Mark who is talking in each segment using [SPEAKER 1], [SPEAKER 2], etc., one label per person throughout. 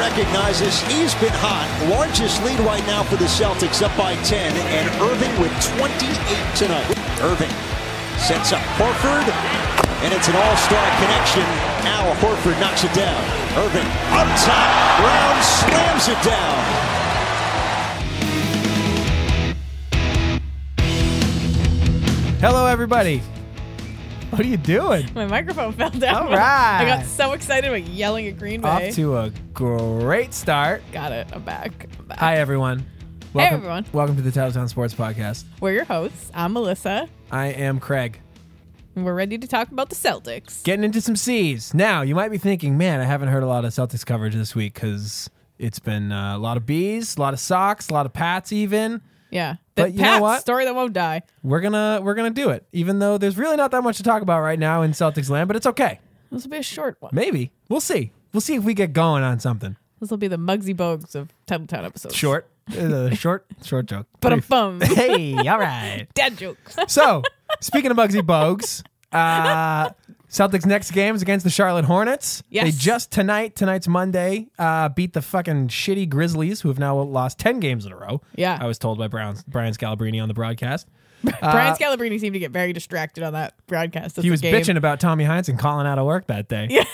[SPEAKER 1] recognizes he's been hot. Largest lead right now for the Celtics, up by 10. And Irving with 28 tonight. Irving sets up Horford, and it's an all-star connection. Al Horford knocks it down. Irving up top, Brown slams it down.
[SPEAKER 2] Hello, everybody. What are you doing?
[SPEAKER 3] My microphone fell down.
[SPEAKER 2] All right.
[SPEAKER 3] I got so excited about yelling at Green Bay.
[SPEAKER 2] Off to a great start.
[SPEAKER 3] got it. I'm back. I'm back.
[SPEAKER 2] Hi, everyone. Welcome,
[SPEAKER 3] everyone.
[SPEAKER 2] Welcome to the Titletown Sports Podcast.
[SPEAKER 3] We're your hosts. I'm Melissa.
[SPEAKER 2] I am Craig.
[SPEAKER 3] And we're ready to talk about the Celtics.
[SPEAKER 2] Getting into some C's. Now, you might be thinking, man, I haven't heard a lot of Celtics coverage this week because it's been uh, a lot of B's, a lot of socks, a lot of Pats, even.
[SPEAKER 3] yeah. The
[SPEAKER 2] But you know
[SPEAKER 3] Pat's
[SPEAKER 2] what?
[SPEAKER 3] story that won't die.
[SPEAKER 2] We're gonna we're gonna do it, even though there's really not that much to talk about right now in Celtics land. But it's okay.
[SPEAKER 3] This will be a short one.
[SPEAKER 2] Maybe we'll see. We'll see if we get going on something.
[SPEAKER 3] This will be the Muggsy Bogues of Town episodes.
[SPEAKER 2] Short, uh, short, short joke.
[SPEAKER 3] But I'm bum.
[SPEAKER 2] hey, all right.
[SPEAKER 3] Dad jokes.
[SPEAKER 2] So, speaking of Bugsy Bogues, uh, Celtics' next game is against the Charlotte Hornets.
[SPEAKER 3] Yes.
[SPEAKER 2] They just tonight, tonight's Monday, uh, beat the fucking shitty Grizzlies, who have now lost 10 games in a row.
[SPEAKER 3] Yeah.
[SPEAKER 2] I was told by Brown, Brian Scalabrine on the broadcast.
[SPEAKER 3] Brian Scalabrine seemed to get very distracted on that broadcast. That's
[SPEAKER 2] He
[SPEAKER 3] a
[SPEAKER 2] was
[SPEAKER 3] game.
[SPEAKER 2] bitching about Tommy Heinz and calling out of work that day. Yeah.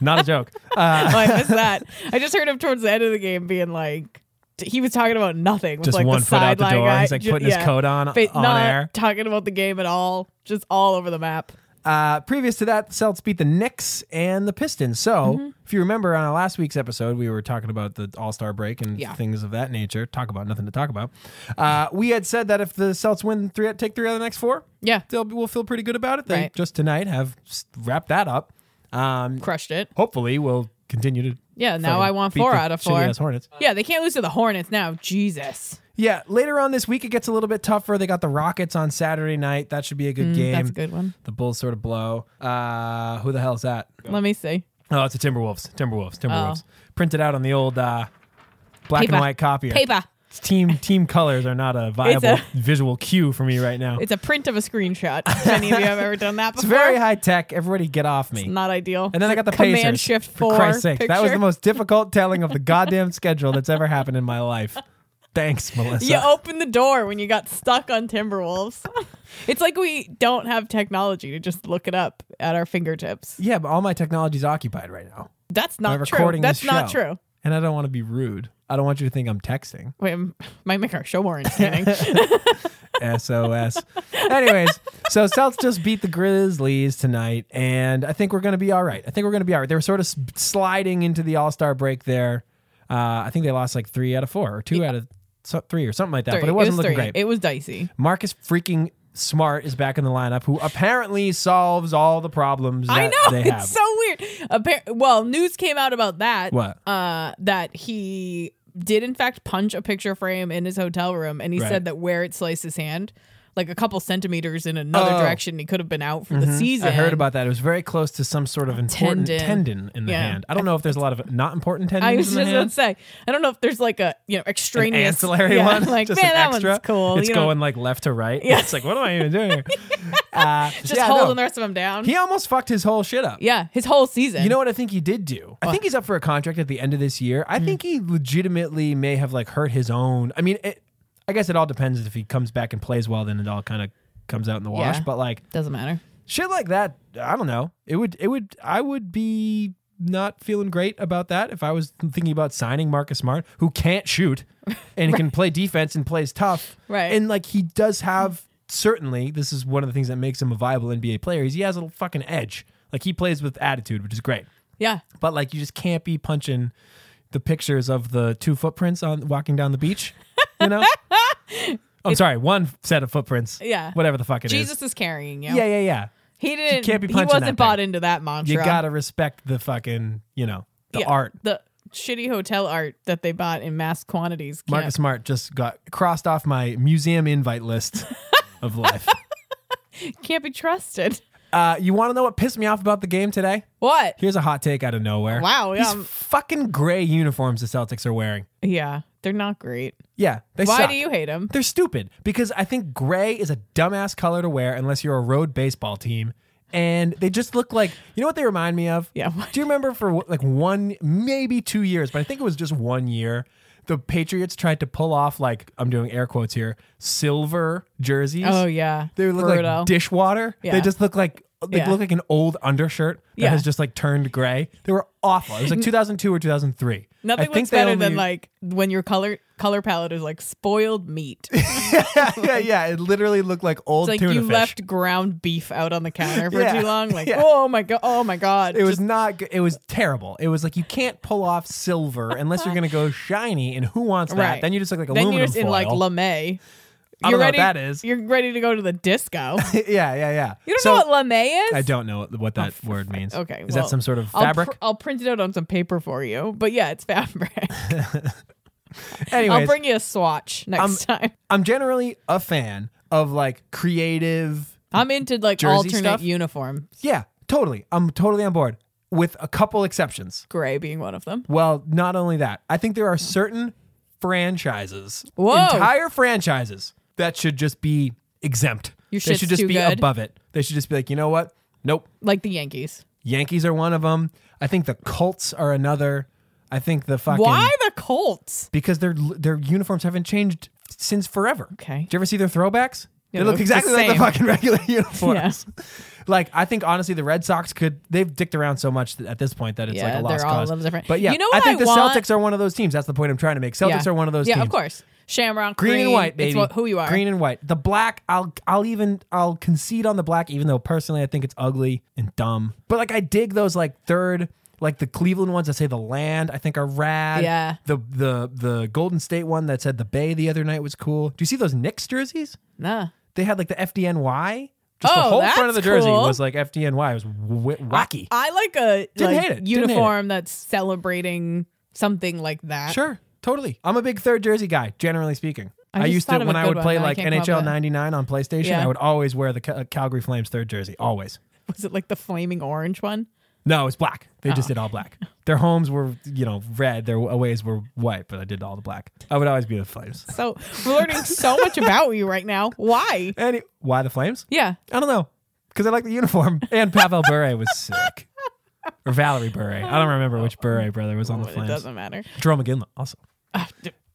[SPEAKER 2] Not a joke. Uh,
[SPEAKER 3] oh, I missed that. I just heard him towards the end of the game being like, he was talking about nothing. With
[SPEAKER 2] Just
[SPEAKER 3] like
[SPEAKER 2] one
[SPEAKER 3] the
[SPEAKER 2] foot out the
[SPEAKER 3] sideline
[SPEAKER 2] door.
[SPEAKER 3] Guy.
[SPEAKER 2] He's, like,
[SPEAKER 3] Ju-
[SPEAKER 2] putting his coat on-
[SPEAKER 3] Fa-
[SPEAKER 2] on
[SPEAKER 3] not
[SPEAKER 2] air.
[SPEAKER 3] talking about the game at all. Just all over the map.
[SPEAKER 2] Uh, previous to that, the Celts beat the Knicks and the Pistons. So,
[SPEAKER 3] Mm-hmm.
[SPEAKER 2] if you remember on our last week's episode, we were talking about the All Star break and
[SPEAKER 3] Yeah.
[SPEAKER 2] things of that nature. Talk about nothing to talk about. Uh, we had said that if the Celts win three, take three out of the next four,
[SPEAKER 3] Yeah.
[SPEAKER 2] they'll we'll feel pretty good about it. They
[SPEAKER 3] Right.
[SPEAKER 2] just tonight have s- wrapped that up. Um,
[SPEAKER 3] Crushed it.
[SPEAKER 2] hopefully, we'll continue to.
[SPEAKER 3] Yeah, now
[SPEAKER 2] fucking
[SPEAKER 3] I want
[SPEAKER 2] beat
[SPEAKER 3] four
[SPEAKER 2] the
[SPEAKER 3] out of four.
[SPEAKER 2] shitty-ass Hornets.
[SPEAKER 3] Yeah, they can't lose to the Hornets now. Jesus.
[SPEAKER 2] Yeah, later on this week it gets a little bit tougher. They got the Rockets on Saturday night. That should be a good game.
[SPEAKER 3] Mm, That's a good one.
[SPEAKER 2] The Bulls sort of blow. Uh, who the hell is that?
[SPEAKER 3] Let me see.
[SPEAKER 2] Oh, it's a Timberwolves. Timberwolves. Timberwolves. Printed out on the old uh, black
[SPEAKER 3] Oh. Paper.
[SPEAKER 2] and white copier.
[SPEAKER 3] Paper.
[SPEAKER 2] It's Team team colors are not a viable
[SPEAKER 3] a-
[SPEAKER 2] visual cue for me right now. It's,
[SPEAKER 3] It's a print of a screenshot. If any of you have ever done that before.
[SPEAKER 2] very high tech. Everybody get off me.
[SPEAKER 3] Not ideal.
[SPEAKER 2] and then I got the
[SPEAKER 3] Command
[SPEAKER 2] Pacers.
[SPEAKER 3] Shift
[SPEAKER 2] for
[SPEAKER 3] 4
[SPEAKER 2] Christ's sake, that was
[SPEAKER 3] picture.
[SPEAKER 2] the most difficult telling of the goddamn schedule that's ever happened in my life. Thanks, Melissa.
[SPEAKER 3] You opened the door when you got stuck on Timberwolves. it's like we don't have technology to just look it up at our fingertips.
[SPEAKER 2] Yeah, but all my technology's occupied right now.
[SPEAKER 3] That's
[SPEAKER 2] By
[SPEAKER 3] not true.
[SPEAKER 2] recording
[SPEAKER 3] That's
[SPEAKER 2] this
[SPEAKER 3] not
[SPEAKER 2] show.
[SPEAKER 3] true.
[SPEAKER 2] And I don't want to be rude. I don't want you to think I'm texting.
[SPEAKER 3] Wait, I'm, might make our show more entertaining.
[SPEAKER 2] SOS. Anyways, so Celts just beat the Grizzlies tonight, and I think we're going to be all right. I think we're going to be all right. They were sort of s- sliding into the All Star break there. Uh, I think they lost like three out of four or two out of so, three or something like that,
[SPEAKER 3] Three.
[SPEAKER 2] but it wasn't
[SPEAKER 3] was
[SPEAKER 2] looking
[SPEAKER 3] three.
[SPEAKER 2] great.
[SPEAKER 3] It was dicey.
[SPEAKER 2] Marcus freaking Smart is back in the lineup, who apparently solves all the problems that
[SPEAKER 3] I know
[SPEAKER 2] they have.
[SPEAKER 3] it's so weird. Appar- well, news came out about that.
[SPEAKER 2] What?
[SPEAKER 3] Uh, that he did in fact punch a picture frame in his hotel room, and he
[SPEAKER 2] Right.
[SPEAKER 3] said that where it sliced his hand, like a couple centimeters in another
[SPEAKER 2] Oh. Mm-hmm.
[SPEAKER 3] direction, he could have been out for the season.
[SPEAKER 2] I heard about that. It was very close to some sort of important tendon,
[SPEAKER 3] Tendon.
[SPEAKER 2] in the
[SPEAKER 3] Yeah.
[SPEAKER 2] hand. I don't know if there's a lot of not important tendons
[SPEAKER 3] I was
[SPEAKER 2] in
[SPEAKER 3] just
[SPEAKER 2] the
[SPEAKER 3] gonna
[SPEAKER 2] hand.
[SPEAKER 3] say, I don't know if there's like a you know
[SPEAKER 2] an
[SPEAKER 3] extraneous
[SPEAKER 2] ancillary
[SPEAKER 3] yeah,
[SPEAKER 2] one,
[SPEAKER 3] Like
[SPEAKER 2] just
[SPEAKER 3] man,
[SPEAKER 2] an
[SPEAKER 3] that
[SPEAKER 2] extra.
[SPEAKER 3] one's cool.
[SPEAKER 2] It's
[SPEAKER 3] you know,
[SPEAKER 2] going like left to right.
[SPEAKER 3] Yeah.
[SPEAKER 2] It's like, what am I even doing? here? uh,
[SPEAKER 3] just
[SPEAKER 2] yeah,
[SPEAKER 3] holding
[SPEAKER 2] no.
[SPEAKER 3] the rest of them down.
[SPEAKER 2] He almost fucked his whole shit up.
[SPEAKER 3] yeah, his whole season.
[SPEAKER 2] You know what I think he did do? I think he's up for a contract at the end of this year. I
[SPEAKER 3] Mm.
[SPEAKER 2] think he legitimately may have like hurt his own. I mean, it, I guess it all depends if he comes back and plays well. Then it all kind of comes out in the wash.
[SPEAKER 3] Yeah.
[SPEAKER 2] But like
[SPEAKER 3] doesn't matter.
[SPEAKER 2] shit like that, I don't know. It would. It would. I would be not feeling great about that if I was thinking about signing Marcus Smart, who can't shoot and can play defense and plays tough.
[SPEAKER 3] Right.
[SPEAKER 2] And like he does have certainly this is one of the things that makes him a viable NBA player. Is he has a little fucking edge. Like he plays with attitude, which is great.
[SPEAKER 3] Yeah,
[SPEAKER 2] But like you just can't be punching the pictures of the two footprints on walking down the beach. You know. I'm sorry, one set of footprints.
[SPEAKER 3] Yeah.
[SPEAKER 2] Whatever the fuck it is.
[SPEAKER 3] Jesus is carrying you.
[SPEAKER 2] Yeah, yeah, yeah.
[SPEAKER 3] He didn't.
[SPEAKER 2] can't be
[SPEAKER 3] he
[SPEAKER 2] punching
[SPEAKER 3] wasn't
[SPEAKER 2] that
[SPEAKER 3] bought
[SPEAKER 2] thing.
[SPEAKER 3] into that mantra.
[SPEAKER 2] You gotta respect the fucking, you know, the
[SPEAKER 3] Yeah,
[SPEAKER 2] art.
[SPEAKER 3] the shitty hotel art that they bought in mass quantities. can't-
[SPEAKER 2] Marcus Smart just got crossed off my museum invite list of life.
[SPEAKER 3] can't be trusted.
[SPEAKER 2] Uh, you want to know what pissed me off about the game today?
[SPEAKER 3] What?
[SPEAKER 2] Here's a hot take out of nowhere.
[SPEAKER 3] Wow, yeah,
[SPEAKER 2] These
[SPEAKER 3] I'm-
[SPEAKER 2] fucking gray uniforms the Celtics are wearing.
[SPEAKER 3] Yeah, they're not great.
[SPEAKER 2] Yeah, they
[SPEAKER 3] Why
[SPEAKER 2] suck.
[SPEAKER 3] do you hate them?
[SPEAKER 2] They're stupid because I think gray is a dumbass color to wear unless you're a road baseball team and they just look like you know what they remind me of.
[SPEAKER 3] Yeah.
[SPEAKER 2] Do you remember for like one, maybe two years, but I think it was just one year. The Patriots tried to pull off like I'm doing air quotes here, silver jerseys.
[SPEAKER 3] Oh yeah.
[SPEAKER 2] They look
[SPEAKER 3] Brutal.
[SPEAKER 2] like dishwater.
[SPEAKER 3] Yeah.
[SPEAKER 2] They just look like they
[SPEAKER 3] Yeah.
[SPEAKER 2] look like an old undershirt that
[SPEAKER 3] Yeah.
[SPEAKER 2] has just like turned gray. They were awful. It was like 2002 or 2003. I
[SPEAKER 3] Nothing
[SPEAKER 2] think
[SPEAKER 3] looks
[SPEAKER 2] they
[SPEAKER 3] better than
[SPEAKER 2] only-
[SPEAKER 3] like when your color color palette is like spoiled meat.
[SPEAKER 2] yeah, yeah. It literally looked like old
[SPEAKER 3] It's like
[SPEAKER 2] tuna
[SPEAKER 3] you
[SPEAKER 2] fish.
[SPEAKER 3] left ground beef out on the counter for
[SPEAKER 2] Yeah.
[SPEAKER 3] too long. Like,
[SPEAKER 2] Yeah.
[SPEAKER 3] oh my god, oh my god.
[SPEAKER 2] It was not. good. It was terrible. It was like you can't pull off silver unless you're gonna go shiny, and who wants that?
[SPEAKER 3] Right.
[SPEAKER 2] Then you just look like
[SPEAKER 3] then
[SPEAKER 2] aluminum
[SPEAKER 3] you're just
[SPEAKER 2] foil.
[SPEAKER 3] in like lame.
[SPEAKER 2] I don't
[SPEAKER 3] you're
[SPEAKER 2] know what
[SPEAKER 3] ready,
[SPEAKER 2] that is.
[SPEAKER 3] You're ready to go to the disco.
[SPEAKER 2] yeah, yeah, yeah.
[SPEAKER 3] You don't
[SPEAKER 2] So-
[SPEAKER 3] know what lame is?
[SPEAKER 2] I don't know what, what that word means.
[SPEAKER 3] Okay.
[SPEAKER 2] is
[SPEAKER 3] well,
[SPEAKER 2] that some sort of
[SPEAKER 3] I'll pr-
[SPEAKER 2] fabric?
[SPEAKER 3] I'll, print it out on some paper for you. But yeah, it's fabric.
[SPEAKER 2] Anyways, Um,
[SPEAKER 3] I'll bring you a swatch next time.
[SPEAKER 2] I'm generally a fan of like creative.
[SPEAKER 3] I'm into like
[SPEAKER 2] Jersey
[SPEAKER 3] alternate
[SPEAKER 2] stuff?
[SPEAKER 3] uniform.
[SPEAKER 2] Yeah, totally. I'm totally on board, with a couple exceptions.
[SPEAKER 3] Gray being one of them.
[SPEAKER 2] Well, not only that, I think there are certain franchises,
[SPEAKER 3] Whoa.
[SPEAKER 2] entire franchises, that should just be exempt.
[SPEAKER 3] Your
[SPEAKER 2] they
[SPEAKER 3] shit's
[SPEAKER 2] should just
[SPEAKER 3] too
[SPEAKER 2] be
[SPEAKER 3] good.
[SPEAKER 2] above it. They should just be like, you know what? Nope.
[SPEAKER 3] Like the Yankees.
[SPEAKER 2] Yankees are one of them. I think the Colts are another. I think the fucking
[SPEAKER 3] Why the Colts?
[SPEAKER 2] because their their uniforms haven't changed since forever.
[SPEAKER 3] Okay.
[SPEAKER 2] Did you ever see their throwbacks? they
[SPEAKER 3] Yeah, they
[SPEAKER 2] look
[SPEAKER 3] look the
[SPEAKER 2] exactly like the
[SPEAKER 3] same.
[SPEAKER 2] fucking regular uniforms. Like I think honestly, the Red Sox could they've dicked around so much that at this point that it's
[SPEAKER 3] Yeah,
[SPEAKER 2] like a
[SPEAKER 3] they're
[SPEAKER 2] lost
[SPEAKER 3] all
[SPEAKER 2] cause.
[SPEAKER 3] a little different.
[SPEAKER 2] But yeah,
[SPEAKER 3] You know
[SPEAKER 2] I
[SPEAKER 3] what
[SPEAKER 2] think
[SPEAKER 3] I
[SPEAKER 2] the
[SPEAKER 3] want?
[SPEAKER 2] Celtics are one of those teams. That's the point I'm trying to make. Celtics
[SPEAKER 3] Yeah.
[SPEAKER 2] are one of those
[SPEAKER 3] Yeah,
[SPEAKER 2] teams.
[SPEAKER 3] of course. Shamrock
[SPEAKER 2] Green, and white, baby.
[SPEAKER 3] It's what, who you are.
[SPEAKER 2] Green and white. The black, I'll I'll even I'll concede on the black, even though personally I think it's ugly and dumb. But like I dig those like third, like the Cleveland ones that say the land, I think are rad.
[SPEAKER 3] Yeah.
[SPEAKER 2] The the the Golden State one that said the Bay the other night was cool. Do you see those Knicks jerseys?
[SPEAKER 3] Nah.
[SPEAKER 2] They had like the FDNY. Just the
[SPEAKER 3] Oh,
[SPEAKER 2] whole front of
[SPEAKER 3] that's
[SPEAKER 2] the jersey
[SPEAKER 3] cool.
[SPEAKER 2] was like FDNY. It was w- wacky.
[SPEAKER 3] I like a
[SPEAKER 2] Didn't hate it.
[SPEAKER 3] like,
[SPEAKER 2] Didn't hate it.
[SPEAKER 3] uniform that's celebrating something like that.
[SPEAKER 2] Sure, totally. I'm a big third jersey guy, generally speaking.
[SPEAKER 3] I
[SPEAKER 2] I,
[SPEAKER 3] just
[SPEAKER 2] used to
[SPEAKER 3] thought of
[SPEAKER 2] when
[SPEAKER 3] a
[SPEAKER 2] I
[SPEAKER 3] good
[SPEAKER 2] would
[SPEAKER 3] one.
[SPEAKER 2] play
[SPEAKER 3] Now I
[SPEAKER 2] like
[SPEAKER 3] can't come up
[SPEAKER 2] NHL
[SPEAKER 3] with it.
[SPEAKER 2] '99 on PlayStation.
[SPEAKER 3] Yeah.
[SPEAKER 2] I would always wear the Cal- Calgary Flames third jersey. Always.
[SPEAKER 3] Was it like the flaming orange one?
[SPEAKER 2] No, it's black. They
[SPEAKER 3] Oh.
[SPEAKER 2] just did all black. Their homes were, you know, red. Their aways were white, but I did all the black. I would always be the Flames.
[SPEAKER 3] So we're learning so much about you right now. Why?
[SPEAKER 2] And it- why the Flames?
[SPEAKER 3] Yeah.
[SPEAKER 2] I don't know. Because I like the uniform. And Pavel Bure was sick. Or Valerie Bure. I don't remember which Bure brother was on the
[SPEAKER 3] But it
[SPEAKER 2] Flames.
[SPEAKER 3] doesn't matter.
[SPEAKER 2] Jerome McGinley also.
[SPEAKER 3] Ah,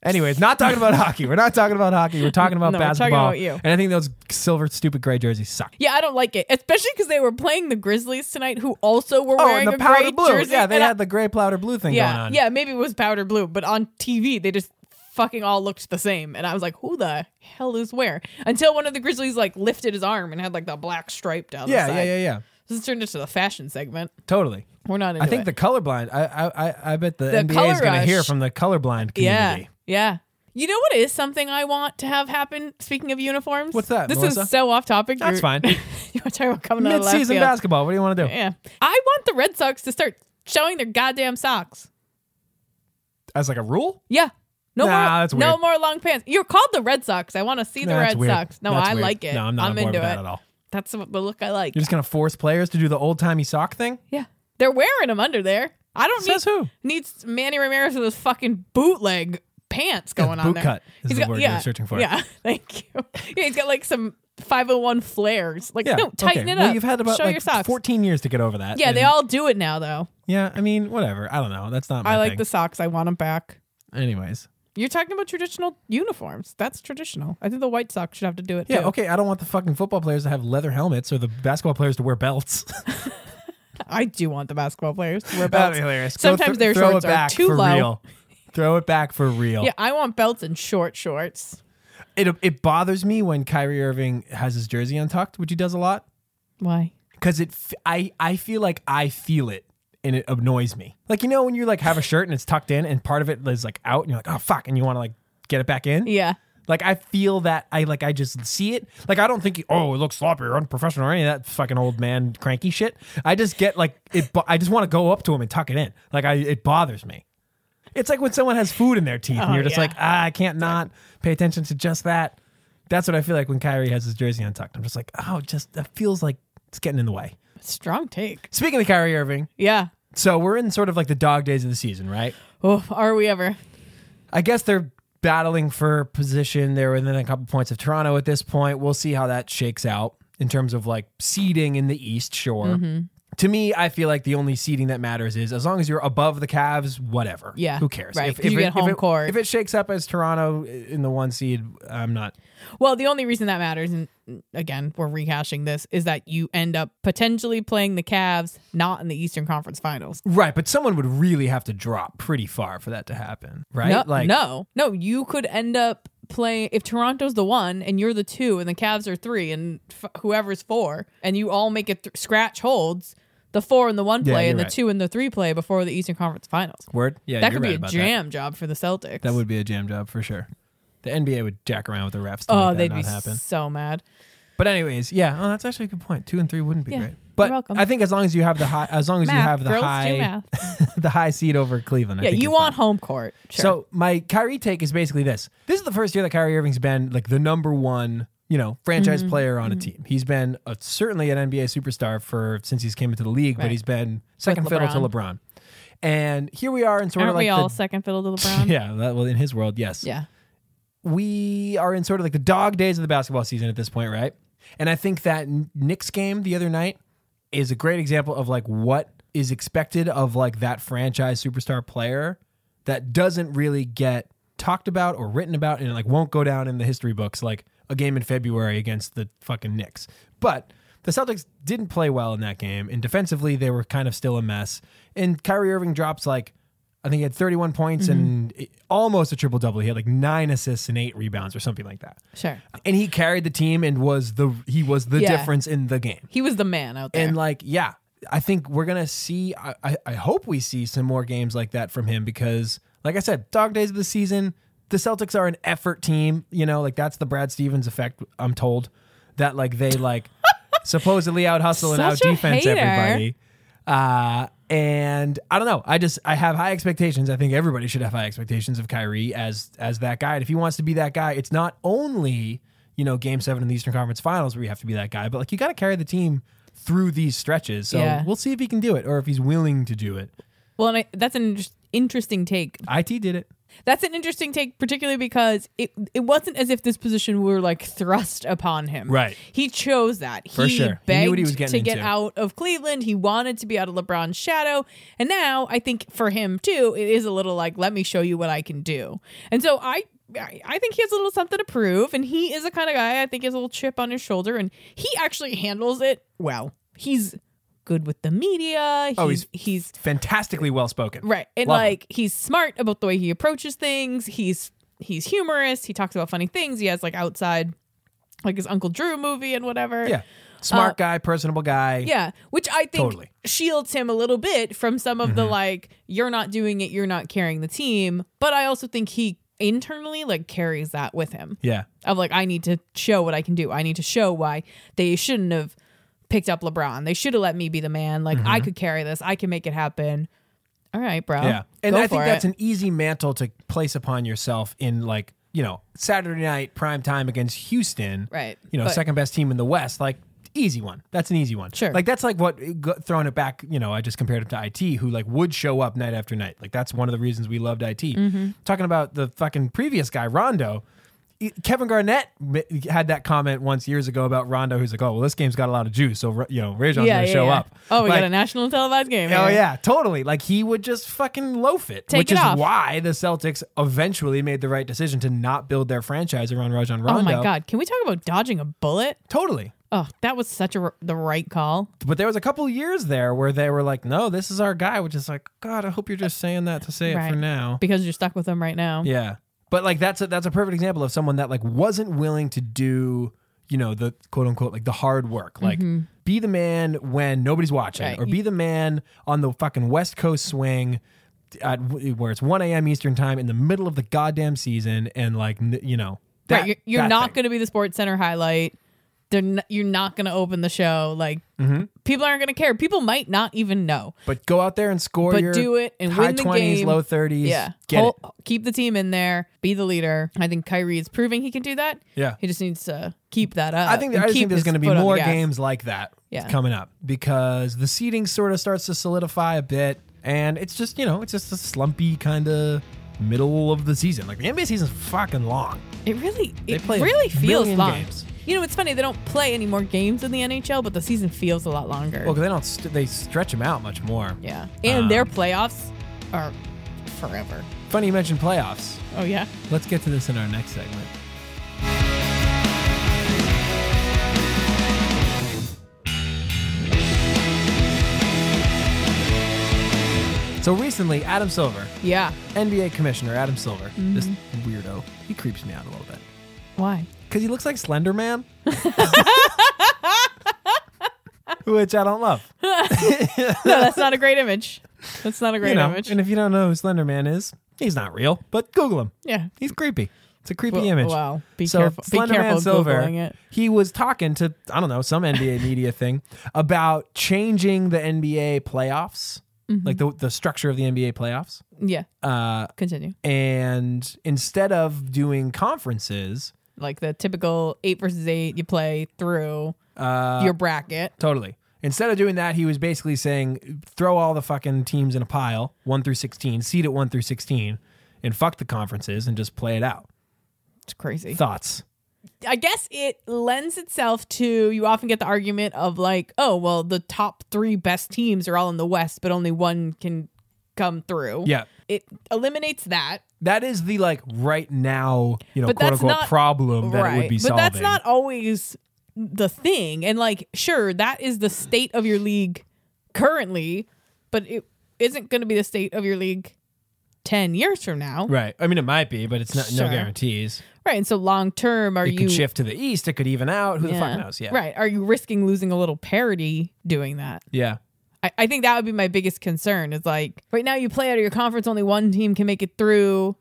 [SPEAKER 2] Anyways, not talking about hockey. We're not talking about hockey. We're talking about
[SPEAKER 3] No, we're talking
[SPEAKER 2] basketball.
[SPEAKER 3] about you.
[SPEAKER 2] And I think those silver, stupid gray jerseys suck.
[SPEAKER 3] Yeah, I don't like it, especially because they were playing the Grizzlies tonight, who also were
[SPEAKER 2] Oh,
[SPEAKER 3] wearing
[SPEAKER 2] and the
[SPEAKER 3] a gray
[SPEAKER 2] powder blue.
[SPEAKER 3] jersey.
[SPEAKER 2] Yeah, they
[SPEAKER 3] and I-
[SPEAKER 2] had the gray powder blue thing
[SPEAKER 3] yeah,
[SPEAKER 2] going on.
[SPEAKER 3] yeah. Maybe it was powder blue, but on TV they just fucking all looked the same, and I was like, who the hell is where? Until one of the Grizzlies like lifted his arm and had like the black stripe down.
[SPEAKER 2] Yeah,
[SPEAKER 3] the side.
[SPEAKER 2] yeah, yeah, yeah.
[SPEAKER 3] This has turned into the fashion segment.
[SPEAKER 2] Totally.
[SPEAKER 3] We're not. Into
[SPEAKER 2] I think
[SPEAKER 3] it.
[SPEAKER 2] the colorblind. I I I- I bet the, NBA
[SPEAKER 3] color
[SPEAKER 2] is going to hear
[SPEAKER 3] rush.
[SPEAKER 2] from the colorblind
[SPEAKER 3] yeah,
[SPEAKER 2] community.
[SPEAKER 3] yeah. You know what is something I want to have happen? Speaking of uniforms,
[SPEAKER 2] What's that,
[SPEAKER 3] This
[SPEAKER 2] Melissa?
[SPEAKER 3] is so off topic.
[SPEAKER 2] That's
[SPEAKER 3] You're-
[SPEAKER 2] fine.
[SPEAKER 3] you want to talk about coming out of left
[SPEAKER 2] Mid-season
[SPEAKER 3] field?
[SPEAKER 2] basketball. What do you want to do?
[SPEAKER 3] Yeah, I want the Red Sox to start showing their goddamn socks.
[SPEAKER 2] As like a rule?
[SPEAKER 3] Yeah. No
[SPEAKER 2] Nah,
[SPEAKER 3] more.
[SPEAKER 2] that's
[SPEAKER 3] No
[SPEAKER 2] weird.
[SPEAKER 3] more long pants. You're called the Red Sox. I want to see
[SPEAKER 2] No,
[SPEAKER 3] the
[SPEAKER 2] that's
[SPEAKER 3] Red
[SPEAKER 2] weird.
[SPEAKER 3] Sox. No,
[SPEAKER 2] That's
[SPEAKER 3] I
[SPEAKER 2] weird.
[SPEAKER 3] like it.
[SPEAKER 2] No, I'm not on board
[SPEAKER 3] into
[SPEAKER 2] with that
[SPEAKER 3] it.
[SPEAKER 2] at all.
[SPEAKER 3] That's the the look I like.
[SPEAKER 2] You're just going to force players to do the old timey sock thing?
[SPEAKER 3] yeah. They're wearing them under there. I don't
[SPEAKER 2] Says
[SPEAKER 3] need
[SPEAKER 2] who?
[SPEAKER 3] needs Manny Ramirez with his fucking bootleg pants going on
[SPEAKER 2] boot
[SPEAKER 3] there.
[SPEAKER 2] cut is
[SPEAKER 3] He's
[SPEAKER 2] the word you're searching for.
[SPEAKER 3] Yeah. Thank you. Yeah, he's got like some 501 flares. Like,
[SPEAKER 2] Yeah.
[SPEAKER 3] no, tighten
[SPEAKER 2] okay.
[SPEAKER 3] it up.
[SPEAKER 2] Well, you've had about
[SPEAKER 3] Show
[SPEAKER 2] like
[SPEAKER 3] your socks.
[SPEAKER 2] 14 years to get over that.
[SPEAKER 3] yeah, they
[SPEAKER 2] And-
[SPEAKER 3] all do it now though.
[SPEAKER 2] Yeah, I mean, whatever. I don't know. That's not my
[SPEAKER 3] I like
[SPEAKER 2] thing.
[SPEAKER 3] the socks. I want them back.
[SPEAKER 2] Anyways.
[SPEAKER 3] You're talking about traditional uniforms. That's traditional. I think the White Sox should have to do it
[SPEAKER 2] Yeah,
[SPEAKER 3] too.
[SPEAKER 2] okay. I don't want the fucking football players to have leather helmets or the basketball players to wear belts.
[SPEAKER 3] I do want the basketball players to wear
[SPEAKER 2] That'd
[SPEAKER 3] belts.
[SPEAKER 2] be hilarious. Go
[SPEAKER 3] Sometimes
[SPEAKER 2] th-
[SPEAKER 3] their
[SPEAKER 2] throw
[SPEAKER 3] shorts
[SPEAKER 2] it back
[SPEAKER 3] are too
[SPEAKER 2] for
[SPEAKER 3] low.
[SPEAKER 2] Real. Throw it back for real.
[SPEAKER 3] Yeah, I want belts and short shorts.
[SPEAKER 2] It, it bothers me when Kyrie Irving has his jersey untucked, which he does a lot.
[SPEAKER 3] Why?
[SPEAKER 2] because it f- I I feel like I feel it and it annoys me. Like you know when you like have a shirt and it's tucked in and part of it is like out and you're like oh fuck and you want to like get it back in.
[SPEAKER 3] Yeah.
[SPEAKER 2] Like I feel that I like I just see it. Like I don't think oh it looks sloppy or unprofessional or any of that fucking old man cranky shit. I just get like it. Bo- I just want to go up to him and tuck it in. Like I it bothers me. It's like when someone has food in their teeth and
[SPEAKER 3] Oh,
[SPEAKER 2] you're just
[SPEAKER 3] yeah.
[SPEAKER 2] like ah, I can't not pay attention to just that. That's what I feel like when Kyrie has his jersey untucked. I'm just like oh just that feels like it's getting in the way.
[SPEAKER 3] Strong take.
[SPEAKER 2] Speaking of Kyrie Irving,
[SPEAKER 3] Yeah.
[SPEAKER 2] so we're in sort of like the dog days of the season, right?
[SPEAKER 3] Oh, are we ever?
[SPEAKER 2] I guess they're battling for position. They're within a couple points of Toronto at this point. We'll see how that shakes out. in terms of like seeding in the East Shore.
[SPEAKER 3] Mm-hmm.
[SPEAKER 2] To me, I feel like the only seeding that matters is as long as you're above the Cavs, whatever.
[SPEAKER 3] Yeah,
[SPEAKER 2] who cares?
[SPEAKER 3] right. You get home
[SPEAKER 2] it,
[SPEAKER 3] court.
[SPEAKER 2] If it shakes up as Toronto in the one seed, I'm not.
[SPEAKER 3] Well, the only reason that matters, and mm, again, we're rehashing this, is that you end up potentially playing the Cavs not in the Eastern Conference Finals.
[SPEAKER 2] Right, but someone would really have to drop pretty far for that to happen, right?
[SPEAKER 3] No, no, no. You could end up playing if Toronto's the one and you're the two, and the Cavs are three, and f- whoever's four, and you all make it th- scratch holds. The four and the one
[SPEAKER 2] Yeah,
[SPEAKER 3] play,
[SPEAKER 2] you're
[SPEAKER 3] and the
[SPEAKER 2] right.
[SPEAKER 3] two and the three play before the Eastern Conference Finals.
[SPEAKER 2] word. Yeah,
[SPEAKER 3] that
[SPEAKER 2] you're
[SPEAKER 3] could
[SPEAKER 2] right
[SPEAKER 3] be a
[SPEAKER 2] about That.
[SPEAKER 3] jam job for the Celtics.
[SPEAKER 2] That would be a jam job for sure. The NBA would jack around with the refs to make
[SPEAKER 3] Oh,
[SPEAKER 2] that
[SPEAKER 3] they'd
[SPEAKER 2] not
[SPEAKER 3] be
[SPEAKER 2] happen.
[SPEAKER 3] so mad.
[SPEAKER 2] But anyways, yeah. Oh, that's actually a good point. Two and three wouldn't be
[SPEAKER 3] Yeah,
[SPEAKER 2] great.
[SPEAKER 3] you're
[SPEAKER 2] But
[SPEAKER 3] welcome.
[SPEAKER 2] I think as long as you have the high, as long as you
[SPEAKER 3] Math,
[SPEAKER 2] have the
[SPEAKER 3] girls do
[SPEAKER 2] high, the high seed over Cleveland. I
[SPEAKER 3] Yeah,
[SPEAKER 2] think
[SPEAKER 3] you
[SPEAKER 2] you're fine.
[SPEAKER 3] want home court. Sure.
[SPEAKER 2] So my Kyrie take is basically this: This is the first year that Kyrie Irving's been like the number one, you know, franchise
[SPEAKER 3] Mm-hmm.
[SPEAKER 2] player on a team. He's been a, certainly an NBA superstar for since he's came into the league, but
[SPEAKER 3] Right.
[SPEAKER 2] he's been second
[SPEAKER 3] With
[SPEAKER 2] fiddle to
[SPEAKER 3] LeBron.
[SPEAKER 2] LeBron. And here we are in sort
[SPEAKER 3] aren't
[SPEAKER 2] of like
[SPEAKER 3] we all
[SPEAKER 2] the,
[SPEAKER 3] second fiddle to LeBron?
[SPEAKER 2] yeah, that, well, in his world, yes,
[SPEAKER 3] yeah.
[SPEAKER 2] we are in sort of like the dog days of the basketball season at this point, right? And I think that Knicks game the other night is a great example of like what is expected of like that franchise superstar player that doesn't really get talked about or written about and like won't go down in the history books like a game in February against the fucking Knicks. But the Celtics didn't play well in that game and defensively they were kind of still a mess. And Kyrie Irving drops like I think he had 31 points
[SPEAKER 3] Mm-hmm.
[SPEAKER 2] and it- almost a triple double. He had like nine assists and eight rebounds or something like that.
[SPEAKER 3] Sure.
[SPEAKER 2] And he carried the team and was the he was the
[SPEAKER 3] Yeah.
[SPEAKER 2] difference in the game.
[SPEAKER 3] He was the man out there.
[SPEAKER 2] And like, yeah, I think we're gonna see. I, I, I hope we see some more games like that from him because, like I said, dog days of the season. The Celtics are an effort team. You know, like that's the Brad Stevens effect. I'm told that like they like supposedly out hustle and out
[SPEAKER 3] Such a
[SPEAKER 2] defense
[SPEAKER 3] hater.
[SPEAKER 2] everybody. Uh, and I don't know. I just I have high expectations. I think everybody should have high expectations of Kyrie as as that guy. And if he wants to be that guy, it's not only you know Game Seven in the Eastern Conference Finals where you have to be that guy, but like you got to carry the team through these stretches. So
[SPEAKER 3] Yeah.
[SPEAKER 2] we'll see if he can do it or if he's willing to do it.
[SPEAKER 3] well, and I, that's an inter- interesting take.
[SPEAKER 2] It did it.
[SPEAKER 3] That's an interesting take, particularly because it it wasn't as if this position were like thrust upon him.
[SPEAKER 2] Right.
[SPEAKER 3] He chose that.
[SPEAKER 2] For
[SPEAKER 3] he
[SPEAKER 2] sure. He
[SPEAKER 3] begged
[SPEAKER 2] knew what he was
[SPEAKER 3] to
[SPEAKER 2] getting
[SPEAKER 3] get
[SPEAKER 2] into.
[SPEAKER 3] out of Cleveland. He wanted to be out of LeBron's shadow. And now I think for him too, it is a little like, let me show you what I can do. And so I I I think he has a little something to prove, and he is the kind of guy I think has a little chip on his shoulder, and he actually handles it well. He's good with the media.
[SPEAKER 2] Oh,
[SPEAKER 3] he's, he's
[SPEAKER 2] Fantastically well spoken.
[SPEAKER 3] Right. And
[SPEAKER 2] Love him.
[SPEAKER 3] like he's smart about the way he approaches things. He's he's humorous. He talks about funny things. He has like outside like his Uncle Drew movie and whatever.
[SPEAKER 2] Yeah. Smart guy, personable guy.
[SPEAKER 3] uh, Yeah. Which I think
[SPEAKER 2] Totally. Mm-hmm.
[SPEAKER 3] shields him a little bit from some of the like, you're not doing it, you're not carrying the team. But I also think he internally like carries that with him
[SPEAKER 2] Yeah.
[SPEAKER 3] of like I need to show what I can do. I need to show why they shouldn't have picked up LeBron. They should have let me be the man. Like I could carry this. I can make it happen. All right, bro.
[SPEAKER 2] Mm-hmm. Yeah. And
[SPEAKER 3] Go
[SPEAKER 2] I think
[SPEAKER 3] for
[SPEAKER 2] that's
[SPEAKER 3] it.
[SPEAKER 2] an easy mantle to place upon yourself in like, you know, Saturday night prime time against Houston.
[SPEAKER 3] Right.
[SPEAKER 2] You know,
[SPEAKER 3] But-
[SPEAKER 2] second best team in the West. Like, easy one. That's an easy one.
[SPEAKER 3] Sure.
[SPEAKER 2] Like, that's like what go- throwing it back, you know, I just compared him to IT, who like would show up night after night. Like, that's one of the reasons we loved IT.
[SPEAKER 3] Mm-hmm.
[SPEAKER 2] Talking about the fucking previous guy, Rondo. e- Kevin Garnett m- had that comment once years ago about Rondo, who's like, "Oh, well, this game's got a lot of juice, so Ra- you know, Rajon's gonna show up."
[SPEAKER 3] Oh, we
[SPEAKER 2] Like,
[SPEAKER 3] got a national televised game.
[SPEAKER 2] Oh
[SPEAKER 3] here.
[SPEAKER 2] yeah, totally. Like he would just fucking loaf it,
[SPEAKER 3] Take
[SPEAKER 2] which
[SPEAKER 3] it
[SPEAKER 2] is
[SPEAKER 3] off.
[SPEAKER 2] why the Celtics eventually made the right decision to not build their franchise around Rajon Rondo.
[SPEAKER 3] Oh my god, can we talk about dodging a bullet?
[SPEAKER 2] totally.
[SPEAKER 3] Oh, that was such a r- the right call.
[SPEAKER 2] But there was a couple years there where they were like, "No, this is our guy," which is like, "God, I hope you're just saying that to say it
[SPEAKER 3] Right.
[SPEAKER 2] for now."
[SPEAKER 3] Because you're stuck with them right now.
[SPEAKER 2] Yeah. But like that's a that's a perfect example of someone that like wasn't willing to do, you know, the quote unquote like the hard work. Like be the man when nobody's watching
[SPEAKER 3] Mm-hmm. Right.
[SPEAKER 2] or be the man on the fucking West Coast swing at where it's 1 a.m. Eastern time in the middle of the goddamn season and like n- you know that,
[SPEAKER 3] right. You're, you're
[SPEAKER 2] that
[SPEAKER 3] not
[SPEAKER 2] thing.
[SPEAKER 3] going to be the sports center highlight. They're n- you're not going to open the show. Like
[SPEAKER 2] Mm-hmm.
[SPEAKER 3] people aren't going to care. People might not even know.
[SPEAKER 2] but go out there and score
[SPEAKER 3] But
[SPEAKER 2] your
[SPEAKER 3] do it and
[SPEAKER 2] high
[SPEAKER 3] win the
[SPEAKER 2] 20s
[SPEAKER 3] game.
[SPEAKER 2] low 30s
[SPEAKER 3] Yeah.
[SPEAKER 2] get
[SPEAKER 3] Hol-
[SPEAKER 2] it.
[SPEAKER 3] Keep the team in there. Be the leader. I think Kyrie is proving he can do that.
[SPEAKER 2] Yeah.
[SPEAKER 3] He just needs to keep that up.
[SPEAKER 2] I think
[SPEAKER 3] Uh, and
[SPEAKER 2] I just
[SPEAKER 3] keep
[SPEAKER 2] think there's
[SPEAKER 3] his
[SPEAKER 2] going to be
[SPEAKER 3] foot on the
[SPEAKER 2] more
[SPEAKER 3] gas.
[SPEAKER 2] games like that
[SPEAKER 3] Yeah.
[SPEAKER 2] coming up because the seeding sort of starts to solidify a bit, and it's just you know it's just a slumpy kind of middle of the season. Like the NBA season's fucking long.
[SPEAKER 3] It really,
[SPEAKER 2] They
[SPEAKER 3] it
[SPEAKER 2] play a
[SPEAKER 3] really feels
[SPEAKER 2] million
[SPEAKER 3] long.
[SPEAKER 2] games.
[SPEAKER 3] You know, it's funny they don't play any more games in the NHL, but the season feels a lot longer.
[SPEAKER 2] Well, 'cause they don't st- they stretch them out much more. Um,
[SPEAKER 3] Yeah, and their playoffs are forever.
[SPEAKER 2] Funny you mentioned playoffs.
[SPEAKER 3] Oh yeah.
[SPEAKER 2] Let's get to this in our next segment. So recently, Adam Silver,
[SPEAKER 3] Yeah.
[SPEAKER 2] NBA commissioner Adam Silver,
[SPEAKER 3] Mm-hmm.
[SPEAKER 2] this weirdo, he creeps me out a little bit
[SPEAKER 3] Why?
[SPEAKER 2] because he looks like Slender Man, which I don't love.
[SPEAKER 3] No, that's not a great image. That's not a great
[SPEAKER 2] You know,
[SPEAKER 3] image.
[SPEAKER 2] and if you don't know who Slender Man is, he's not real, but Google him.
[SPEAKER 3] yeah.
[SPEAKER 2] He's creepy. It's a creepy
[SPEAKER 3] Well,
[SPEAKER 2] image.
[SPEAKER 3] Wow. Be
[SPEAKER 2] so
[SPEAKER 3] careful. Be
[SPEAKER 2] Slender
[SPEAKER 3] careful
[SPEAKER 2] Man Silver,
[SPEAKER 3] googling it.
[SPEAKER 2] he was talking to I don't know some NBA media thing about changing the NBA playoffs,
[SPEAKER 3] Mm-hmm.
[SPEAKER 2] like the the structure of the NBA playoffs,
[SPEAKER 3] Yeah.
[SPEAKER 2] uh,
[SPEAKER 3] Continue.
[SPEAKER 2] and instead of doing conferences,
[SPEAKER 3] Like the typical eight versus eight, you play through
[SPEAKER 2] Uh,
[SPEAKER 3] your bracket.
[SPEAKER 2] totally. Instead of doing that, he was basically saying throw all the fucking teams in a pile, one through sixteen, seed it one through sixteen, and fuck the conferences and just play it out.
[SPEAKER 3] It's crazy.
[SPEAKER 2] Thoughts?
[SPEAKER 3] I guess it lends itself to you often get the argument of like, oh, well, the top three best teams are all in the West, but only one can come through.
[SPEAKER 2] Yeah.
[SPEAKER 3] It eliminates that.
[SPEAKER 2] That is the like right now, you know,
[SPEAKER 3] But
[SPEAKER 2] quote
[SPEAKER 3] that's
[SPEAKER 2] unquote
[SPEAKER 3] not-
[SPEAKER 2] problem that it would be
[SPEAKER 3] but
[SPEAKER 2] solving.
[SPEAKER 3] that's not always the thing. And like, sure, that is the state of your league currently, but it isn't going to be the state of your league ten years from now, right?
[SPEAKER 2] Right. I mean, it might be, but it's not
[SPEAKER 3] Sure.
[SPEAKER 2] no guarantees.
[SPEAKER 3] and so long term, are
[SPEAKER 2] It
[SPEAKER 3] you
[SPEAKER 2] could shift to the east. It could even out. Who the fuck knows? Yeah.
[SPEAKER 3] right? Are you risking losing a little parity doing that?
[SPEAKER 2] Yeah.
[SPEAKER 3] I, I think that would be my biggest concern. Is like right now you play out of your conference, only one team can make it through,